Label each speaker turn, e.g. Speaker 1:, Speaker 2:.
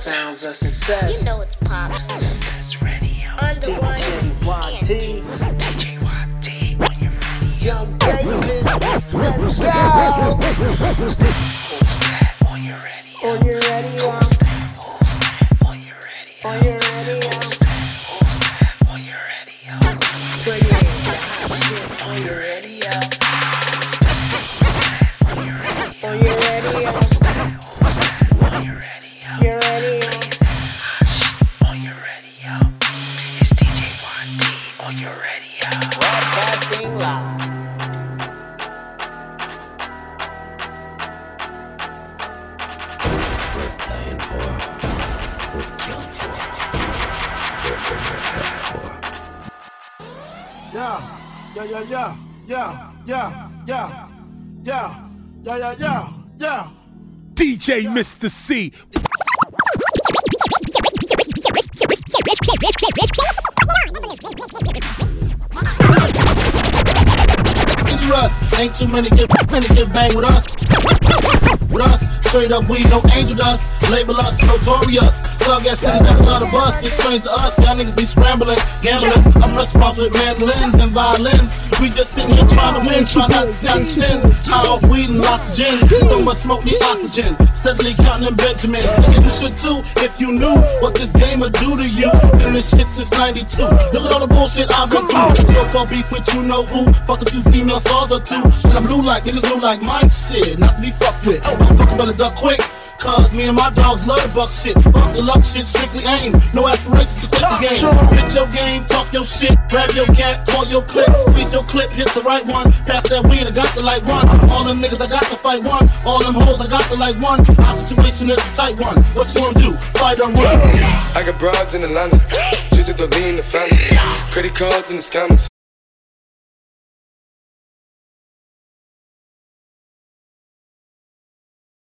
Speaker 1: sounds of success.
Speaker 2: You know it's pops.
Speaker 1: Success Radio.
Speaker 2: On the one
Speaker 1: DJYT.
Speaker 2: and
Speaker 1: DJYT on your radio.
Speaker 2: Young Davis, let's go.
Speaker 1: Who's that on your radio?
Speaker 2: On your radio,
Speaker 1: Who's that? Who's that on your radio?
Speaker 2: on your radio,
Speaker 1: Who's that? Who's that on your radio? On
Speaker 2: playing the hot shit
Speaker 1: your radio.
Speaker 2: on your radio,
Speaker 1: On your radio.
Speaker 2: your radio.
Speaker 1: On your radio. It's DJYT on your radio.
Speaker 2: Broadcasting live.
Speaker 3: Yeah, yeah, yeah, yeah, yeah, yeah, yeah, yeah, yeah, yeah, yeah, yeah.
Speaker 4: DJ Mr. C.
Speaker 3: Picture us, ain't too many get many get bang with us. With us, straight up, we no angel dust. Label us notorious. Thug ass niggas that love the bus. It's strange to us, y'all niggas be scrambling, gambling. I'm responsible with mandolins and violins. We just sitting here trying to win, trying not to sound sin. High off weed and lots of gin. So much smoke, need oxygen. Steadily counting them Benjamins. Nigga, you should too if you knew what this game would do to you. Been in this shit since 92. Look at all the bullshit I've been through. Joke on beef with you know who. Fuck a few female stars or two. And I'm blue like niggas blue like Mike shit. Not to be fucked with. Oh, motherfucker better duck quick. Cause me and my dogs love the buck shit. Fuck the luck shit, strictly aim. No aspirations to quit the game. Bitch your game, talk your shit. Grab your gat, call your clip. Squeeze your clip, hit the right one. Pass that weed, I got the light one. All them niggas, I got to fight one. All them hoes, I got the light one. Our situation is a tight one. What you gonna do? Fight or run?
Speaker 5: I got bribes in Atlanta, just to lean the family. Credit cards and the scammers,